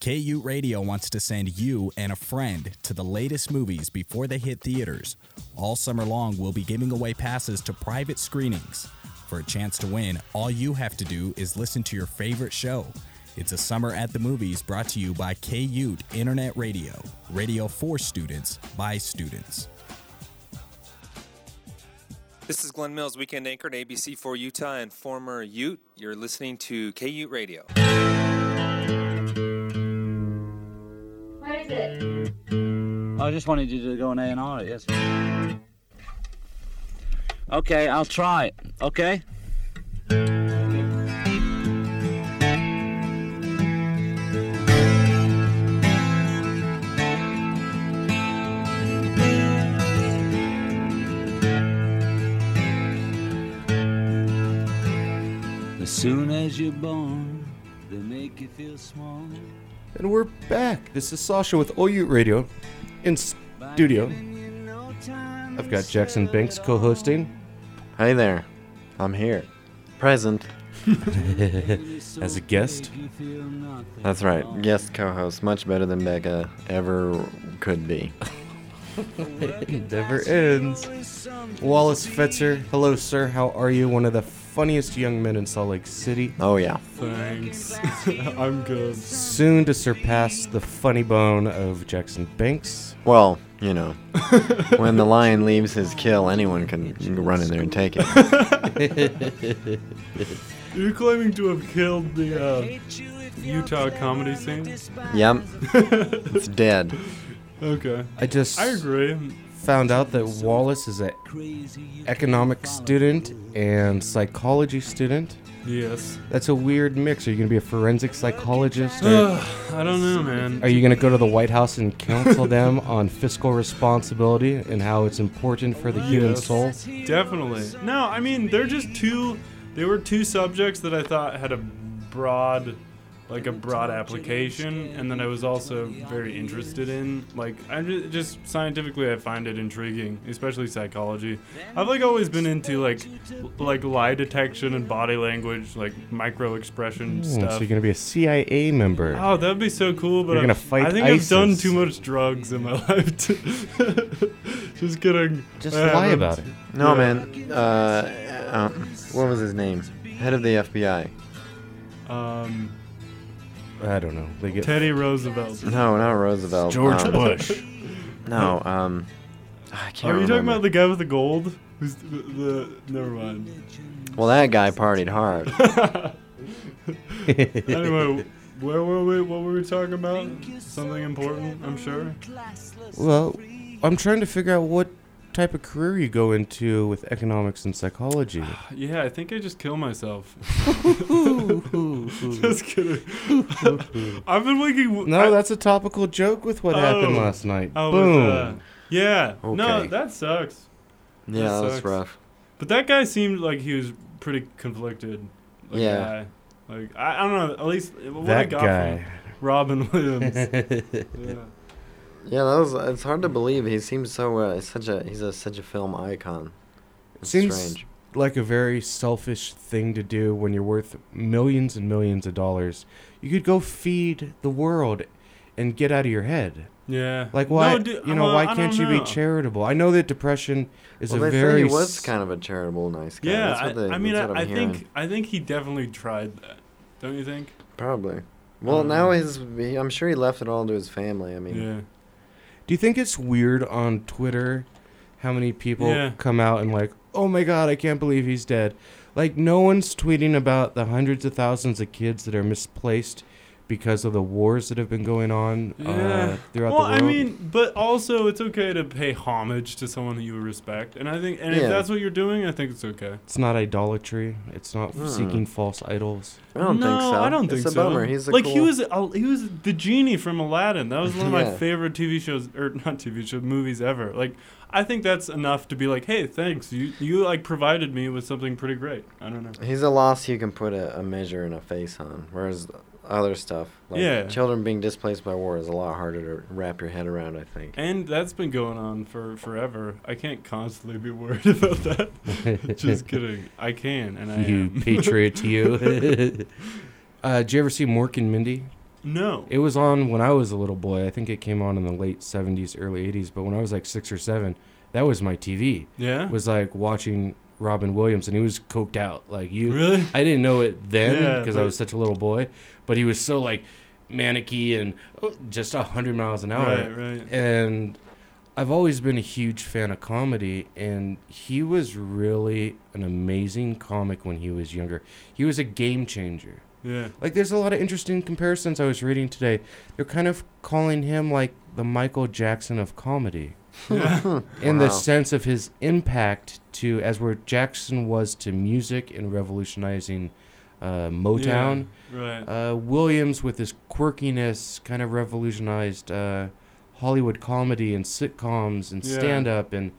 I: KU Radio wants to send you and a friend to the latest movies before they hit theaters. All summer long, we'll be giving away passes to private screenings. For a chance to win, all you have to do is listen to your favorite show. It's a summer at the movies brought to you by KU Internet Radio, radio for students by students.
J: This is Glenn Mills, weekend anchor at ABC4 Utah and former Ute. You're listening to KUTE Radio.
K: Where is it? I just wanted you to go and A and R it. Yes. Okay, I'll try it. Okay. As soon as you're born, they make you feel small.
B: And we're back. This is Sasha with OU Radio in studio. I've got Jackson Banks co hosting.
D: hey there, I'm here, present.
B: as a guest.
D: That's right, guest co-host, much better than Becca ever could be.
B: it never ends. Wallace Fetzer, hello, sir. How are you? One of the funniest young men in Salt Lake City.
D: Oh, yeah.
E: Thanks. I'm good.
B: Soon to surpass the funny bone of Jackson Banks.
D: Well, you know, when the lion leaves his kill, anyone can run in there and take it.
E: You're claiming to have killed the uh, Utah comedy scene?
D: yep. It's dead.
E: Okay.
B: I just
E: I agree.
B: found out that Wallace is an economics student and psychology student.
E: Yes.
B: That's a weird mix. Are you going to be a forensic psychologist? Or
E: I don't know, man.
B: are you going to go to the White House and counsel them on fiscal responsibility and how it's important for the human
E: Yes.
B: soul?
E: Definitely. No, I mean they're just two. They were two subjects that I thought had a broad, like a broad application, and that I was also very interested in. Like I just, just scientifically, I find it intriguing, especially psychology. I've like always been into like, l- like lie detection and body language, like micro expression
B: Hmm,
E: stuff.
B: so you're going to be a CIA member.
E: Oh, that'd be so cool, but
B: You're gonna
E: I,
B: fight
E: I think
B: ISIS.
E: I've done too much drugs in my life. To Just kidding. Um,
B: Just
E: I
B: lie
E: haven't.
B: about it.
D: No,
E: Yeah.
D: man. Uh, um, what was his name? Head of the FBI.
E: Um,
B: I don't know. They get
E: Teddy Roosevelt.
D: No, not Roosevelt.
E: George
D: um,
E: Bush.
D: No, um, I
E: Are
D: can't
E: you talking
D: remember.
E: about the guy with the gold? Who's the, the never mind.
D: Well, that guy partied hard.
E: Anyway, where were we? What were we talking about? Something important, I'm sure.
B: Well, I'm trying to figure out what type of career you go into with economics and psychology.
E: Yeah, I think I just kill myself. just kidding. I've been waking.
B: No, that's a topical joke with what happened
E: Oh.
B: last night.
E: Oh, with,
B: Boom.
E: uh, yeah. No,
D: Okay.
E: that sucks.
D: Yeah, that was
E: sucks.
D: rough.
E: But that guy seemed like he was pretty conflicted. Like,
D: Yeah.
E: guy. Like I, I don't know. At least what I
B: That
E: got
B: guy.
E: from Robin Williams. yeah.
D: Yeah, that was. It's hard to believe. He seems so uh, such a. He's a such a film icon. It's
B: Seems
D: strange.
B: like a very selfish thing to do when you're worth millions and millions of dollars. You could go feed the world and get out of your head.
E: Yeah.
B: Like why
E: No, dude,
B: you know
E: well,
B: why
E: I don't
B: can't you
E: know.
B: be charitable? I know that depression is
D: well,
B: a
D: they
B: very
D: said he was
B: s-
D: kind of a charitable, nice guy.
E: Yeah.
D: that's
E: I,
D: what they,
E: I mean,
D: that's what
E: I, I
D: I'm hearing.
E: think I think he definitely tried that. Don't you think?
D: probably. Well,
E: Um,
D: now his. He, I'm sure he left it all to his family. I mean,
E: Yeah.
B: Do you think it's weird on Twitter how many people
E: Yeah.
B: come out and like, "Oh my god, I can't believe he's dead." Like no one's tweeting about the hundreds of thousands of kids that are misplaced because of the wars that have been going on uh, throughout
E: well,
B: the world.
E: I mean, but also it's okay to pay homage to someone that you respect, and I think, and
B: Yeah.
E: if that's what you're doing, I think it's okay.
B: it's not idolatry. It's not
E: Hmm.
B: seeking false idols.
D: I don't
E: no,
D: think so.
E: I don't
D: It's
E: think
D: a
E: so.
D: bummer. He's a
E: like he
D: cool-
E: was a, he was the genie from Aladdin. That was one of my
D: Yeah.
E: favorite TV shows or not TV show movies ever. Like I think that's enough to be like, hey, thanks. You you like provided me with something pretty great. I don't know.
D: He's a loss you can put a, a measure and a face on, whereas other stuff, like
E: Yeah.
D: children being displaced by war, is a lot harder to wrap your head around. I think.
E: And that's been going on for forever. I can't constantly be worried about that. Just kidding. I can, and I
B: you
E: am.
B: patriot, you. uh, did you ever see Mork and Mindy?
E: No.
B: It was on when I was a little boy. I think it came on in the late '70s, early '80s. But when I was like six or seven, that was my TV.
E: Yeah?
B: was like watching Robin Williams, and he was coked out. Like you,
E: Really?
B: I didn't know it then
E: Yeah,
B: because I
E: but-
B: was such a little boy. But he was so like manicky and oh, just hundred miles an hour.
E: Right, right.
B: And I've always been a huge fan of comedy, and he was really an amazing comic when he was younger. He was a game changer.
E: Yeah.
B: Like there's a lot of interesting comparisons I was reading today. They're kind of calling him like the Michael Jackson of comedy.
E: Yeah.
B: In the
E: Wow.
B: sense of his impact to as where Jackson was to music and revolutionizing uh, Motown.
E: right.
B: Uh, Williams with his quirkiness kind of revolutionized uh, Hollywood comedy and sitcoms and
E: Yeah.
B: stand up and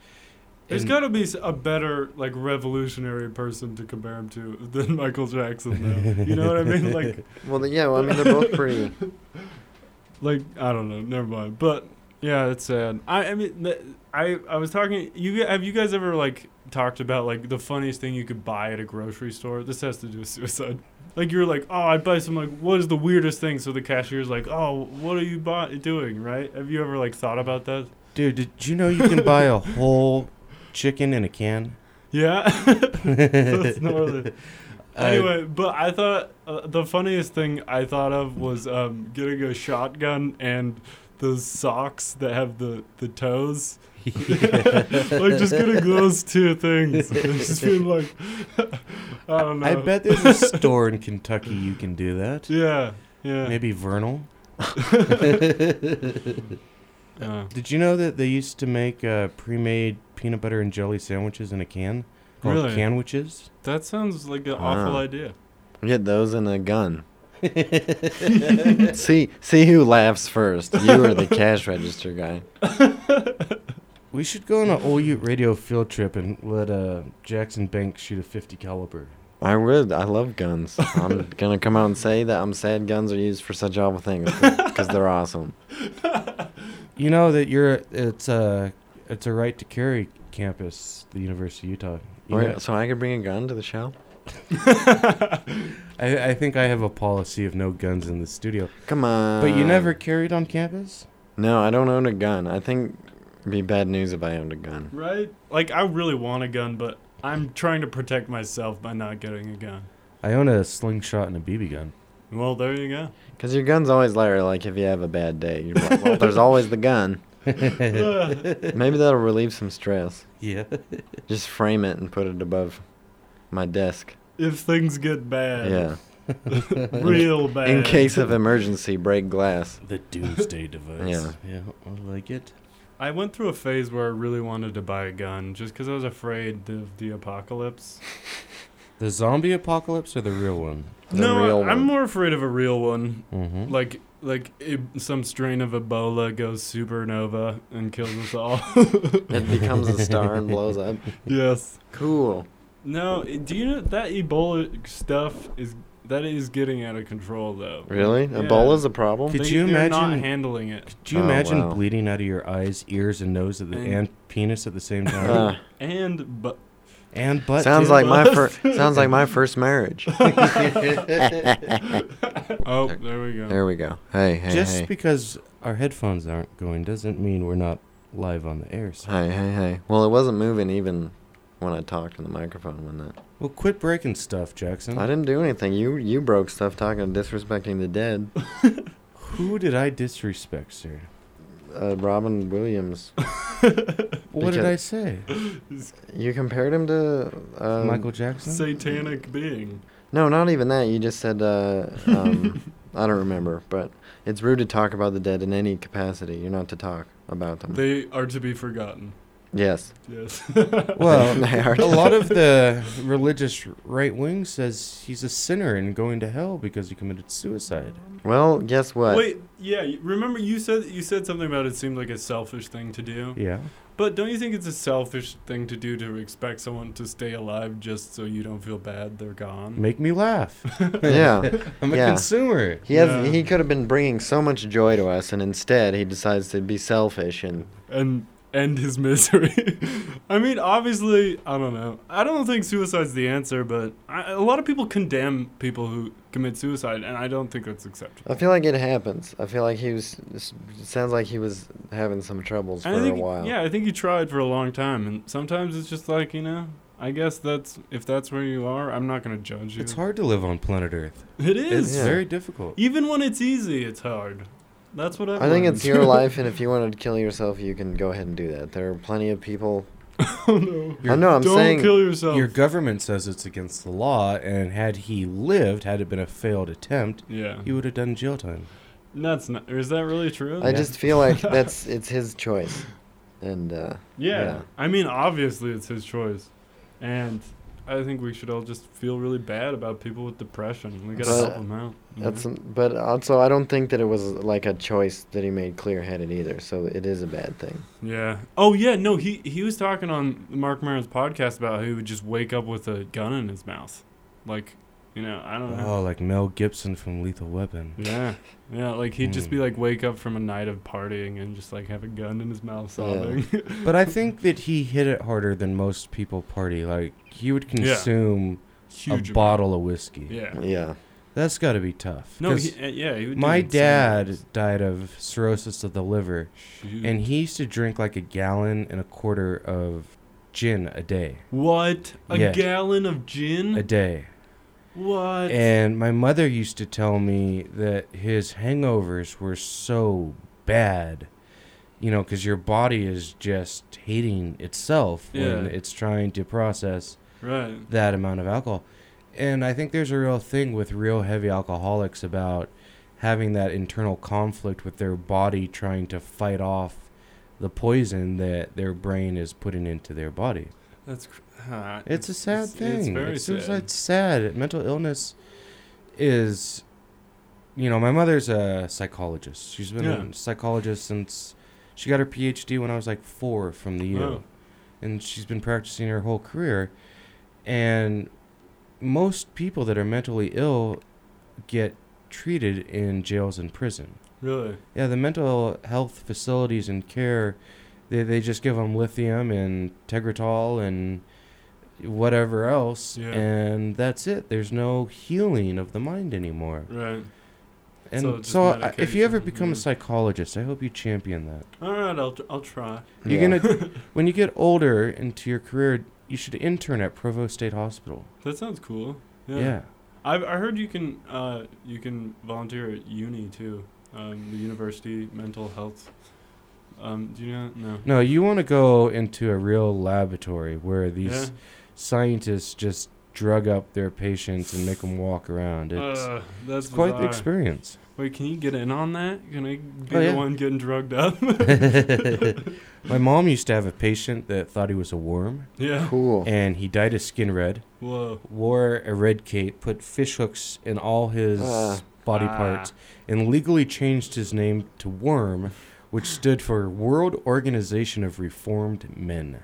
E: There's
B: and-
E: got to be s- a better, like, revolutionary person to compare him to than Michael Jackson, though. You know what I mean? Like,
D: Well, th- yeah. Well, I mean, they're both pretty.
E: like I don't know. Never mind. But yeah, it's sad. I, I mean, th- I I was talking. You g- have you guys ever like talked about like the funniest thing you could buy at a grocery store? This has to do with suicide. Like you're like, oh, I buy some. Like, what is the weirdest thing? So the cashier's like, oh, what are you buy- doing? Right? Have you ever like thought about that?
B: Dude, did you know you can buy a whole chicken in a can?
E: Yeah. That's gnarly.
B: Uh,
E: anyway, but I thought uh, the funniest thing I thought of was um, getting a shotgun and those socks that have the, the toes. like just getting those two things. just being like, I don't know.
B: I bet there's a store in Kentucky you can do that.
E: Yeah, yeah.
B: Maybe Vernal.
E: Uh.
B: Did you know that they used to make uh, pre-made peanut butter and jelly sandwiches in a can called
E: Really?
B: canwiches?
E: That sounds like an awful
D: Wow.
E: idea.
D: Get those and a gun. see, see who laughs first. You or the cash register guy.
B: We should go on an old Ute radio field trip and let uh, Jackson Banks shoot a 50 caliber.
D: I would. I love guns. I'm gonna come out and say that I'm sad guns are used for such awful things because they're awesome.
B: You know that you're it's a it's a right to carry campus, the University of Utah. You
D: Wait,
B: know-
D: so I could bring a gun to the show.
B: I, I think I have a policy of no guns in the studio.
D: Come on.
B: But you never carried on campus?
D: No, I don't own a gun. I think it'd be bad news if I owned a gun.
E: Right? Like, I really want a gun, but I'm trying to protect myself by not getting a gun.
B: I own a slingshot and a BB gun.
E: Well, there you go.
D: Because your gun's always lighter. Like if you have a bad day, you're like, well, there's always the gun. Maybe that'll relieve some stress.
B: Yeah.
D: Just frame it and put it above my desk.
E: if things get bad.
D: Yeah.
E: Real bad.
D: In case of emergency, break glass.
B: The doomsday device.
D: Yeah.
B: Yeah, I like it.
E: I went through a phase where I really wanted to buy a gun just because I was afraid of the apocalypse.
B: The zombie apocalypse or the real one?
D: The real
E: no, I,
D: one. Mm-hmm.
E: I'm more afraid of a real one.
B: Mhm.
E: Like like it, some strain of Ebola goes supernova and kills us all.
D: It becomes a star and blows up.
E: yes.
D: Cool.
E: No, do you know that Ebola stuff is that is getting out of control though.
D: Really?
E: Yeah.
D: Ebola's a problem?
B: Could
E: They-
B: you
E: they're not
B: imagine-
E: handling it?
B: Do you
D: Oh,
B: imagine
D: wow.
B: bleeding out of your eyes, ears, and nose at the
E: Mm.
B: and penis at the same time?
D: Uh,
E: And but
B: and butt.
D: sounds
B: too.
D: like my fir- sounds like my first marriage.
E: oh, there we go.
D: there we go. Hey, hey,
B: Just
D: hey.
B: because our headphones aren't going doesn't mean we're not live on the air. So.
D: hey, hey, hey. Well, it wasn't moving even when I talked in the microphone, wasn't it?
B: Well, quit breaking stuff, Jackson.
D: I didn't do anything. You you broke stuff talking disrespecting the dead.
B: Who did I disrespect, sir?
D: Uh, Robin Williams.
B: What did
D: Because-
B: I say?
D: You compared him to uh,
B: Michael Jackson?
E: Satanic being.
D: No, not even that. You just said uh, um, I don't remember, but it's rude to talk about the dead in any capacity. You're not to talk about them.
E: They are to be forgotten.
D: yes.
E: Yes.
B: Well,
D: They are
B: a lot of the religious right wing says he's a sinner and going to hell because he committed suicide.
D: Well, guess what?
E: Wait, yeah. y- Remember, you said you said something about it seemed like a selfish thing to do.
B: Yeah.
E: But don't you think it's a selfish thing to do to expect someone to stay alive just so you don't feel bad they're gone?
B: Make me laugh.
D: Yeah.
B: I'm a
D: Yeah.
B: consumer.
D: He has.
E: Yeah.
D: He could have been bringing so much joy to us, and instead he decides to be selfish and
E: And end his misery. I mean, obviously, I don't know. I don't think suicide's the answer, but I, a lot of people condemn people who commit suicide, and I don't think that's acceptable.
D: I feel like it happens. I feel like he was. s- Sounds like he was having some troubles
E: And
D: for
E: I think,
D: a while.
E: yeah, I think he tried for a long time, and sometimes it's just like you know. I guess that's if that's where you are, I'm not gonna judge you.
B: It's hard to live on planet Earth.
E: It
B: It's
E: is.
D: Yeah.
B: very difficult.
E: Even when it's easy, it's hard. That's what I.
D: I think it's your life, and if you wanted to kill yourself, you can go ahead and do that. There are plenty of people.
E: oh, no.
D: I know. I'm
E: Don't
D: saying.
E: kill yourself.
B: Your government says it's against the law, and had he lived, had it been a failed attempt,
E: yeah,
B: he would have done jail time.
E: that's not. Is that really true?
D: I just feel like that's it's his choice, and uh,
E: Yeah.
D: yeah.
E: I mean, obviously, it's his choice, and I think we should all just feel really bad about people with depression. We gotta
D: But
E: help them out. you know?
D: that's. But also, I don't think that it was like a choice that he made clear-headed either. So it is a bad thing.
E: yeah. Oh yeah. No, he he was talking on Mark Maron's podcast about how he would just wake up with a gun in his mouth, like you know. I don't know.
B: Oh, like Mel Gibson from Lethal Weapon.
E: Yeah, yeah. Like he'd just
B: Hmm.
E: be like, wake up from a night of partying and just like have a gun in his mouth
D: Yeah.
E: sobbing.
B: But I think that he hit it harder than most people party. Like, he would consume a
E: Huge. amount.
B: bottle of whiskey.
E: Yeah.
D: Yeah.
B: That's got to be tough.
E: No,
B: 'cause
E: he- uh, yeah, he would do
B: my
E: insane
B: dad died of cirrhosis of the liver,
E: Shoot.
B: and he used to drink like a gallon and a quarter of gin a day.
E: What? A
B: Yeah.
E: gallon of gin?
B: A day.
E: What?
B: And my mother used to tell me that his hangovers were so bad, you know, because your body is just hating itself when
E: Yeah.
B: it's trying to process
E: Right.
B: that amount of alcohol. And I think there's a real thing with real heavy alcoholics about having that internal conflict with their body trying to fight off the poison that their brain is putting into their body.
E: That's cr- huh,
B: It's a sad thing.
E: It's very
B: It's just-
E: sad.
B: It's sad. Mental illness is, you know, my mother's a psychologist. She's been
E: Yeah.
B: a psychologist since she got her PhD when I was like four from the U,
E: Wow.
B: and she's been practicing her whole career. And most people that are mentally ill get treated in jails and prison.
E: Really?
B: Yeah, the mental health facilities and care, they, they just give them lithium and Tegretol and whatever else,
E: Yeah.
B: and that's it. There's no healing of the mind anymore.
E: Right.
B: And
E: So
B: so,
E: just
B: I, if you ever
E: medication, Mm-hmm.
B: become
E: yeah.
B: a psychologist, I hope you champion that.
E: All right, I'll, tr- I'll try.
B: You're gonna when you get older into your career, you should intern at Provo State Hospital.
E: That sounds cool. Yeah.
B: Yeah.
E: I've, I heard you can uh, you can volunteer at uni too, um, the university mental health. Um, do you know? No.
B: No, you want to go into a real laboratory where these
E: Yeah.
B: scientists just drug up their patients and make them walk around. It's,
E: Uh, that's
B: it's quite the
E: bizarre.
B: experience.
E: Wait, can you get in on that? Can I be
B: Oh, yeah.
E: the one getting drugged up?
B: My mom used to have a patient that thought he was a worm.
E: Yeah.
D: Cool.
B: And he dyed his skin red.
E: Whoa.
B: Wore a red cape, put fish hooks in all his
D: Ah.
B: body
E: Ah.
B: parts, and legally changed his name to Worm, which stood for World Organization of Reformed Men.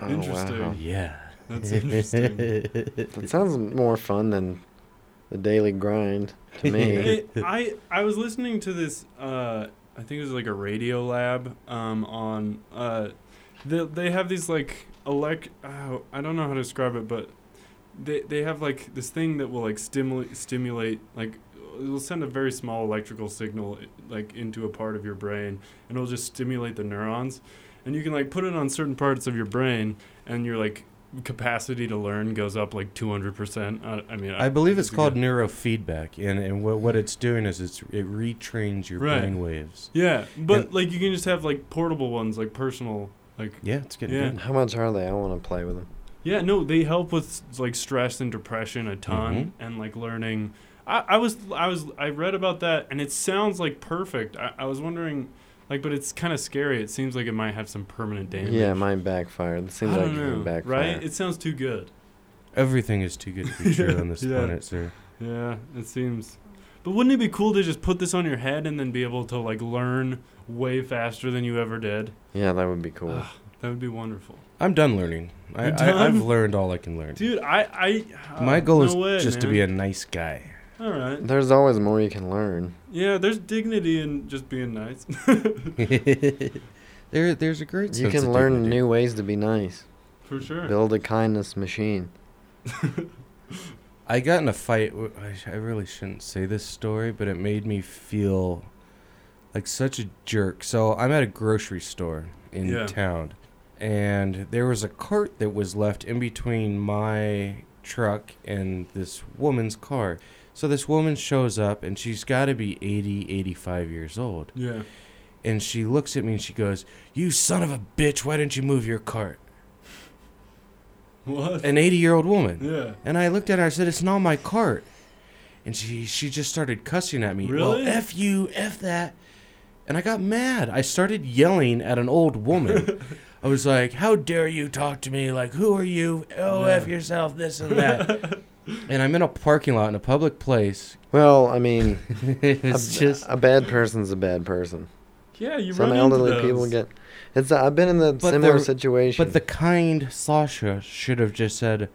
D: Oh,
E: Interesting.
D: wow.
B: Yeah.
E: That's interesting.
D: That sounds more fun than the daily grind to me.
E: It- I I was listening to this. Uh, I think it was like a radio lab. Um, on uh, they they have these like elect. Oh, I don't know how to describe it, but they they have like this thing that will like stimulate stimulate like it will send a very small electrical signal like into a part of your brain, and it'll just stimulate the neurons, and you can like put it on certain parts of your brain, and your like capacity to learn goes up like 200% i, I mean
B: I believe it's
E: a good-
B: called neurofeedback, and, and what, what it's doing is it's, it retrains your
E: Right.
B: brain waves.
E: Yeah, but like you can just have like portable ones, like personal, like
B: Yeah, it's getting
E: Yeah.
B: good.
D: How much are they? I want to play with them.
E: yeah. No, they help with like stress and depression a ton,
B: Mm-hmm.
E: and like learning. I, I was I was I read about that, and it sounds like perfect. I, I was wondering, like, but it's kind of scary. It seems like it might have some permanent damage.
D: Yeah, mine backfired. It seems
E: I
D: like it
E: don't
D: can
E: know,
D: backfire.
E: right? It sounds too good.
B: Everything is too good to be true on this
E: Yeah.
B: planet, sir.
E: Yeah, it seems. But wouldn't it be cool to just put this on your head and then be able to like learn way faster than you ever did?
D: Yeah, that would be cool.
E: Ah, that would be wonderful.
B: I'm done learning. I,
E: You're
B: I, I've
E: done?
B: learned all I can learn.
E: Dude, I, I
B: My goal
E: no
B: is
E: way,
B: just to
E: man.
B: be a nice guy.
E: All right.
D: There's always more you can learn.
E: Yeah, there's dignity in just being nice.
B: there, there's a great.
D: You
B: sense of
D: can learn
B: dignity.
D: new ways to be nice.
E: For sure.
D: Build a kindness machine.
B: I got in a fight. w- I sh- I really shouldn't say this story, but it made me feel like such a jerk. So I'm at a grocery store in
E: Yeah.
B: town, and there was a cart that was left in between my truck and this woman's car. So this woman shows up, and she's got to be 80, 85 years old.
E: Yeah.
B: And she looks at me and she goes, You son of a bitch, why didn't you move your cart?
E: What?
B: An 80 year old woman.
E: yeah.
B: And I looked at her. I said, "It's not my cart." And she she just started cussing at me.
E: Really?
B: Well, f you, f that. And I got mad. I started yelling at an old woman. I was like, "How dare you talk to me? Like, who are you? Oh, f yourself, this and that." and I'm in a parking lot in a public place.
D: Well, I mean, a,
B: it's just
D: a bad person's a bad person.
E: Yeah, you
D: Some
E: run
D: elderly
E: into
D: people
E: those.
D: get. It's. I've been in the
B: But
D: similar
B: they're-
D: situation.
B: But the kind Sasha should have just said,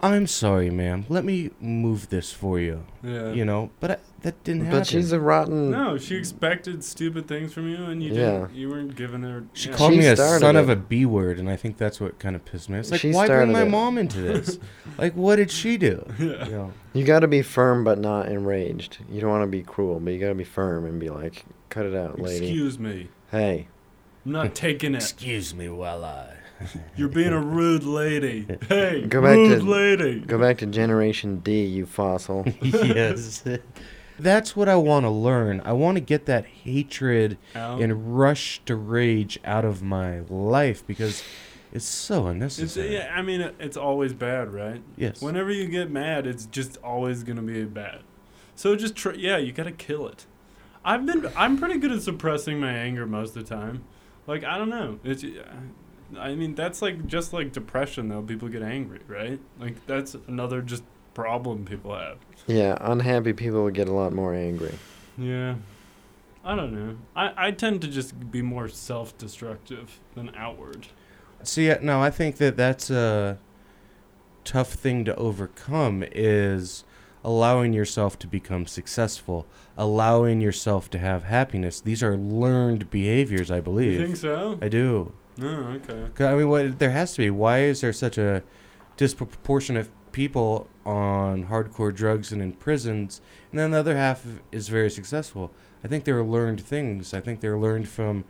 B: I'm sorry, ma'am. Let me move this for you.
E: Yeah.
B: You know, but I, that didn't happen.
D: But she's a rotten.
E: No, she expected stupid things from you, and you
D: Yeah.
E: didn't. You weren't giving her.
B: She
E: yeah.
B: called me a son
D: started
B: of
D: it.
B: a B word, and I think that's what kind of pissed me. It's like,
D: She
B: why bring
D: started
B: my
D: it.
B: mom into this? like, what did she do? You know,
D: You got to be firm but not enraged. You don't want to be cruel, but you got to be firm and be like, "Cut it out, lady."
E: Excuse me.
D: Hey,
E: I'm not taking it.
B: Excuse me while I.
E: You're being a rude lady. Hey,
D: go back
E: rude
D: to
E: lady.
D: go back to Generation D, you fossil.
B: yes. That's what I want to learn. I want to get that hatred
E: Out.
B: and rush to rage out of my life because it's so
E: It's,
B: unnecessary.
E: yeah, I mean, it- it's always bad, right?
B: Yes.
E: Whenever you get mad, it's just always gonna be bad. So just tr- yeah, you gotta kill it. I've been I'm pretty good at suppressing my anger most of the time. Like I don't know. It's I mean that's like just like depression though. People get angry, right? Like that's another just problem people have.
D: yeah, unhappy people would get a lot more angry.
E: Yeah. I don't know. I, I tend to just be more self destructive than outward.
B: See, uh, no, I think that that's a tough thing to overcome is allowing yourself to become successful, allowing yourself to have happiness. These are learned behaviors, I believe.
E: You think so?
B: I do.
E: Oh, okay.
B: 'Cause, I mean, what there has to be. Why is there such a disproportionate people on hardcore drugs and in prisons, and then the other half is very successful? I think they're learned things. I think they're learned from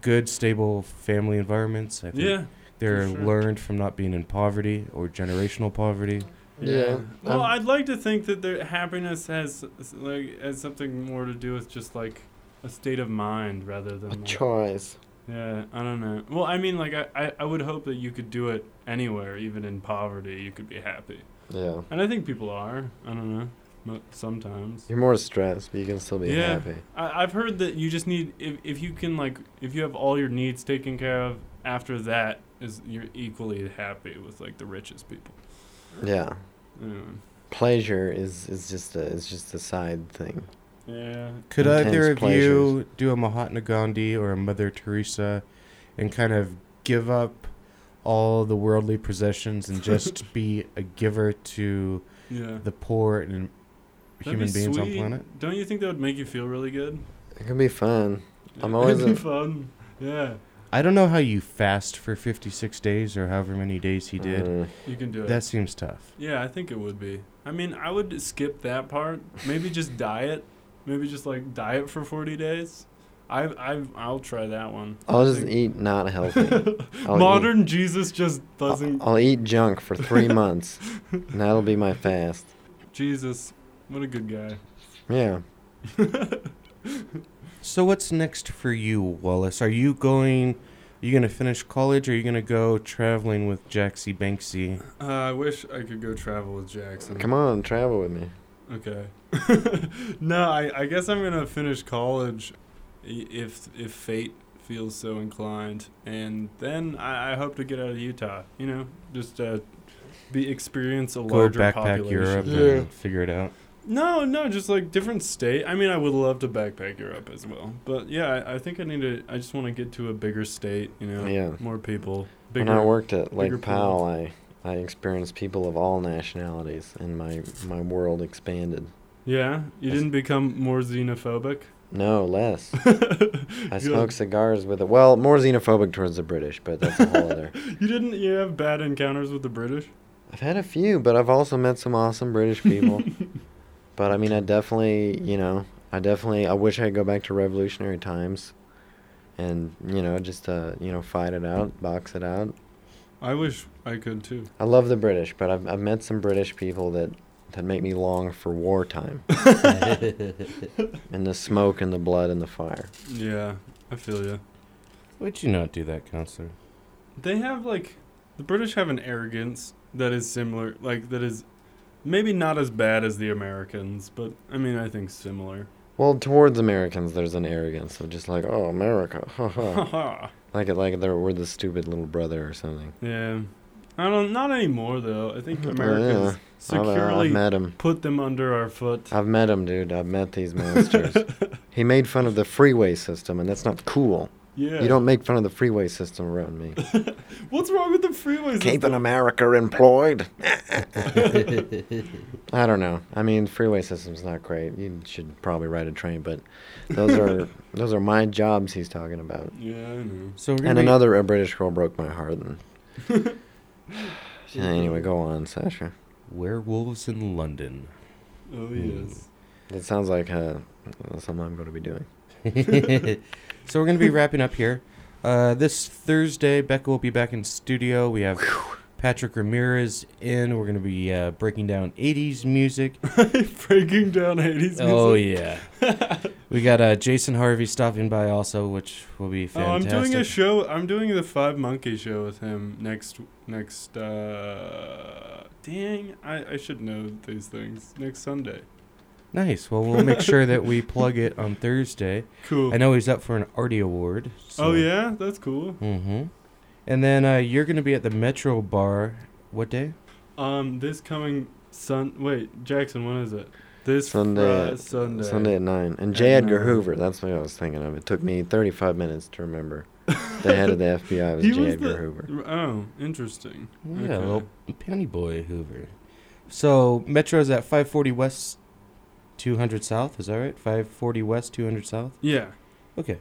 B: good, stable family environments. I think
E: Yeah,
B: they're
E: for sure.
B: learned from not being in poverty or generational poverty.
D: Yeah.
E: Well,
D: Um,
E: I'd like to think that their happiness has s- like has something more to do with just like a state of mind rather than
D: Mm.
E: like-
D: Choice.
E: Yeah, I don't know. Well, I mean, like I, I, I would hope that you could do it anywhere, even in poverty, you could be happy.
D: Yeah.
E: And I think people are. I don't know. Mo- Sometimes.
D: You're more stressed, but you can still be happy.
E: I, I've heard that you just need if, if you can like if you have all your needs taken care of. After that, is you're equally happy with like the richest people.
D: Yeah.
E: Mm.
D: Pleasure is is just a is just a side thing.
E: Yeah.
B: Could either of
D: Intense
B: you do a Mahatma Gandhi or a Mother Teresa and kind of give up all the worldly possessions and just be a giver to
E: Yeah.
B: the poor and
E: That'd
B: human
E: be
B: beings on
E: sweet.
B: planet?
E: Don't you think that would make you feel really good?
D: It can be fun. I'm
E: Yeah.
D: always
E: It'd
D: a,
E: be fun. Yeah.
B: I don't know how you fast for 56 days or however many days he did.
D: Mm.
E: You can do it.
B: That seems tough.
E: Yeah, I think it would be. I mean, I would skip that part. Maybe just diet. Maybe just like diet for 40 days. I I I'll try that one.
D: I'll
E: I
D: just
E: think-
D: eat not healthy. I'll eat-
E: Modern Jesus just doesn't.
D: I'll eat junk for three months, and that'll be my fast.
E: Jesus, what a good guy.
D: Yeah.
B: So what's next for you, Wallace? Are you going are you going to finish college or are you going to go traveling with Jaxie Banksy?
E: Uh, I wish I could go travel with Jackson.
D: Come on, travel with me.
E: Okay. no, I, I guess I'm gonna finish college, i- if if fate feels so inclined, and then I, I hope to get out of Utah. You know, just uh, be experience a
B: Go
E: larger
B: backpack
E: population.
B: Europe
D: Yeah.
B: and figure it out.
E: No, no, just like different state. I mean, I would love to backpack Europe as well, but yeah, I, I think I need to. I just want to get to a bigger state. You know,
D: Yeah.
E: more people,
D: when I
E: bigger.
D: worked at
E: bigger
D: Lake Powell,
E: pool.
D: I I experienced people of all nationalities, and my my world expanded.
E: Yeah, you didn't become more xenophobic.
D: No less. I
E: Good.
D: smoked cigars with it. Well, more xenophobic towards the British, but that's a whole other.
E: You didn't. You have bad encounters with the British.
D: I've had a few, but I've also met some awesome British people. but I mean, I definitely, you know, I definitely, I wish I could go back to revolutionary times, and you know, just uh, you know, fight it out, box it out.
E: I wish I could too.
D: I love the British, but I've I've met some British people that that make me long for wartime, and the smoke and the blood and the fire.
E: Yeah, I feel you.
B: Would you not do that, counselor?
E: They have like the British have an arrogance that is similar, like that is maybe not as bad as the Americans, but I mean I think similar.
D: Well, towards Americans, there's an arrogance of just like, oh, America, haha.
E: Haha.
D: like it, like they're, we're the stupid little brother or something.
E: yeah. I don't not anymore though. I think
D: Yeah,
E: Americans
D: I've- I've
E: securely
D: met 'em.
E: put them under our foot.
D: I've met him, dude. I've met these monsters. he made fun of the freeway system, and that's not cool.
E: Yeah.
D: You don't make fun of the freeway system around me.
E: What's wrong with the freeways?
D: Keeping America employed. I don't know. I mean, freeway system's not great. You should probably ride a train, but those are those are my jobs he's talking about.
E: Yeah, I know.
B: So we're gonna
D: and
B: be-
D: another a British girl broke my heart. And anyway, go on, Sasha.
B: Werewolves in London.
E: Oh
D: yes. That sounds like uh, something I'm going to be doing.
B: so we're going to be wrapping up here. Uh, this Thursday, Becca will be back in studio. We have Patrick Ramirez in. We're going to be uh, breaking down 80s music.
E: Breaking down 80s.
B: Oh,
E: music.
B: yeah. we got uh, Jason Harvey stopping by also, which will be
E: Oh, I'm
B: fantastic.
E: doing a show. I'm doing the Five Monkey show with him next next. uh Dang, I I should know these things. Next Sunday.
B: Nice. Well, we'll make sure that we plug it on Thursday.
E: Cool.
B: I know he's up for an Artie Award.
E: Oh yeah, that's cool.
B: Mm-hmm. And then uh, you're going to be at the Metro Bar. What day?
E: Um, this coming Sun. Wait, Jackson, when is it? This
D: Sunday,
E: Fri-
D: at,
E: Sunday.
D: Sunday. at nine. And J. Edgar Hoover. That's what I was thinking of. It took me 35 minutes to remember. the head of the FBI was
E: He
D: J.
E: was
D: Edgar
E: the-
D: Hoover.
E: Oh, interesting.
B: Yeah, a little penny boy Hoover. So Metro's at 540 West, 200 South. Is that right? 540 West, 200 South.
E: Yeah.
B: Okay.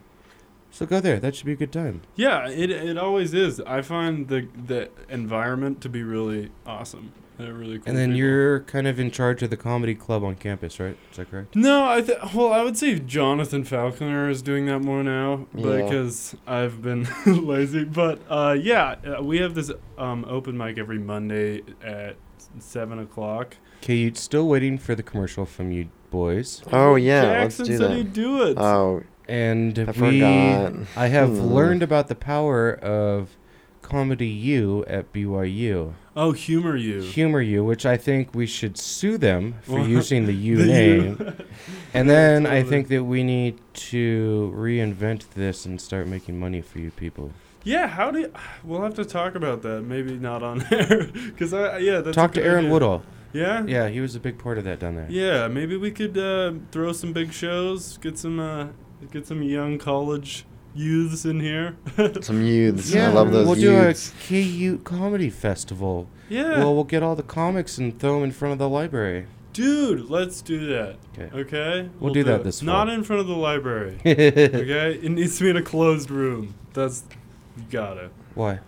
B: So go there. That should be a good time.
E: Yeah, it it always is. I find the the environment to be really awesome. They're really cool.
B: And then
E: people.
B: you're kind of in charge of the comedy club on campus, right? Is that correct?
E: No, I th- well, I would say Jonathan Falconer is doing that more now
B: Yeah.
E: because I've been lazy. But uh, yeah, uh, we have this um, open mic every Monday at seven o'clock.
B: Okay, you still waiting for the commercial from you boys.
D: Oh, yeah, let's
E: Jackson
D: do
E: said
D: that.
E: he'd do it.
D: Oh,
B: And
D: I
B: we,
D: forgot.
B: I have
D: Hmm.
B: learned about the power of comedy U at BYU.
E: Oh, humor you.
B: Humor U, which I think we should sue them for
E: Well,
B: using the U
E: the U.
B: name. and then I
E: Totally.
B: think that we need to reinvent this and start making money for you people.
E: Yeah, how do you, we'll have to talk about that? Maybe not on air because I yeah. That's a
B: Talk to
E: good
B: Aaron
E: idea.
B: Woodall.
E: Yeah.
B: Yeah, he was a big part of that down there.
E: Yeah, maybe we could uh, throw some big shows, get some uh, get some young college youths in here.
D: Some youths. I love those
B: We'll
D: youths.
B: do a KU comedy festival.
E: Yeah.
B: Well, we'll get all the comics and throw them in front of the library.
E: Dude, let's do that.
B: 'Kay.
E: Okay?
B: We'll do that this fall.
E: Not in front of the library. okay? It needs to be in a closed room. That's you gotta.
B: Why?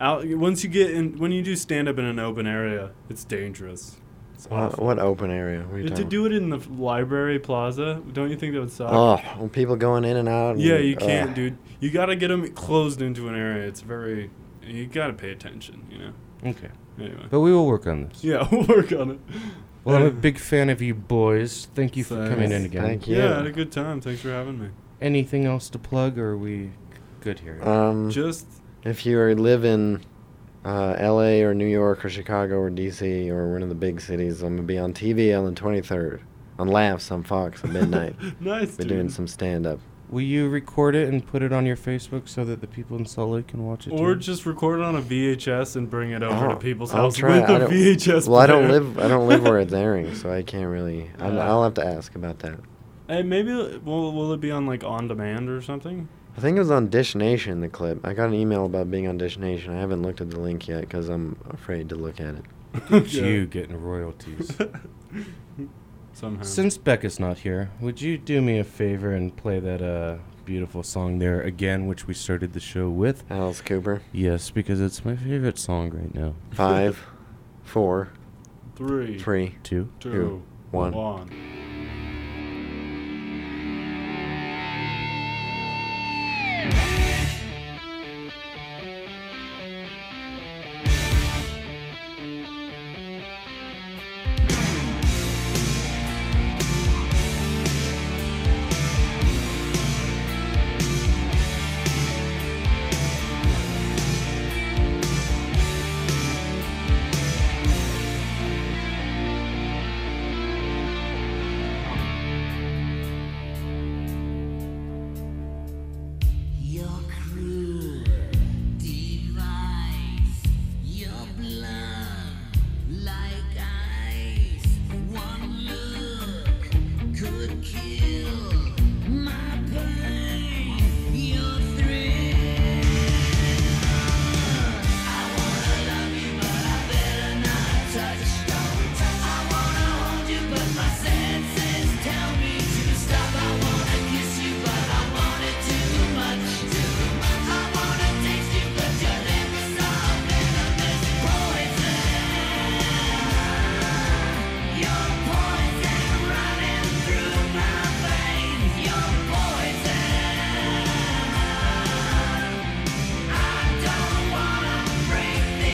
E: Out once you get in when you do stand up in an open area, it's dangerous. It's
D: What,
E: awful.
D: what open area? What are you
E: to
D: talking
E: do it in the f- library plaza, don't you think that would suck?
D: about? Oh, uh, when people going in and out. and-
E: Yeah, you
D: ugh.
E: can't, dude. You gotta get them closed into an area. It's very. You gotta pay attention, you know?
B: Okay.
E: Anyway.
B: But we will work on this.
E: Yeah, we'll work on it.
B: Well, I'm a big fan of you boys. Thank you for coming in
E: Thanks.
B: again.
D: Thank you.
E: Yeah, I had a good time. Thanks for having me.
B: Mm-hmm. Anything else to plug, or are we good here?
D: Um,
E: Just
D: if you are- live in uh, L.A. or New York or Chicago or D.C. or one of the big cities, I'm gonna be on TV on the 23rd on Laughs on Fox at midnight.
E: Nice,
D: We're doing
E: dude.
D: some stand-up.
B: Will you record it and put it on your Facebook so that the people in Salt Lake can watch it?
E: Or
B: too?
E: just record on a VHS and bring it over
D: Oh,
E: to people's
D: I'll
E: house
D: try.
E: with
D: I
E: a
D: don't-
E: VHS.
D: Well, I don't
E: player.
D: live. I don't live where it's airing, so I can't really. I'm, I'll have to ask about that.
E: Hey, maybe will will it be on like on demand or something?
D: I think it was on Dish Nation. The clip. I got an email about being on Dish Nation. I haven't looked at the link yet because I'm afraid to look at it.
E: Yeah.
B: you getting royalties.
E: Somehow.
B: Since Becca's not here, would you do me a favor and play that uh, beautiful song there again, which we started the show with?
D: Alice Cooper.
B: Yes, because it's my favorite song right now.
D: Five, four,
E: Three,
D: three,
B: Two.
E: two,
D: one.
E: one.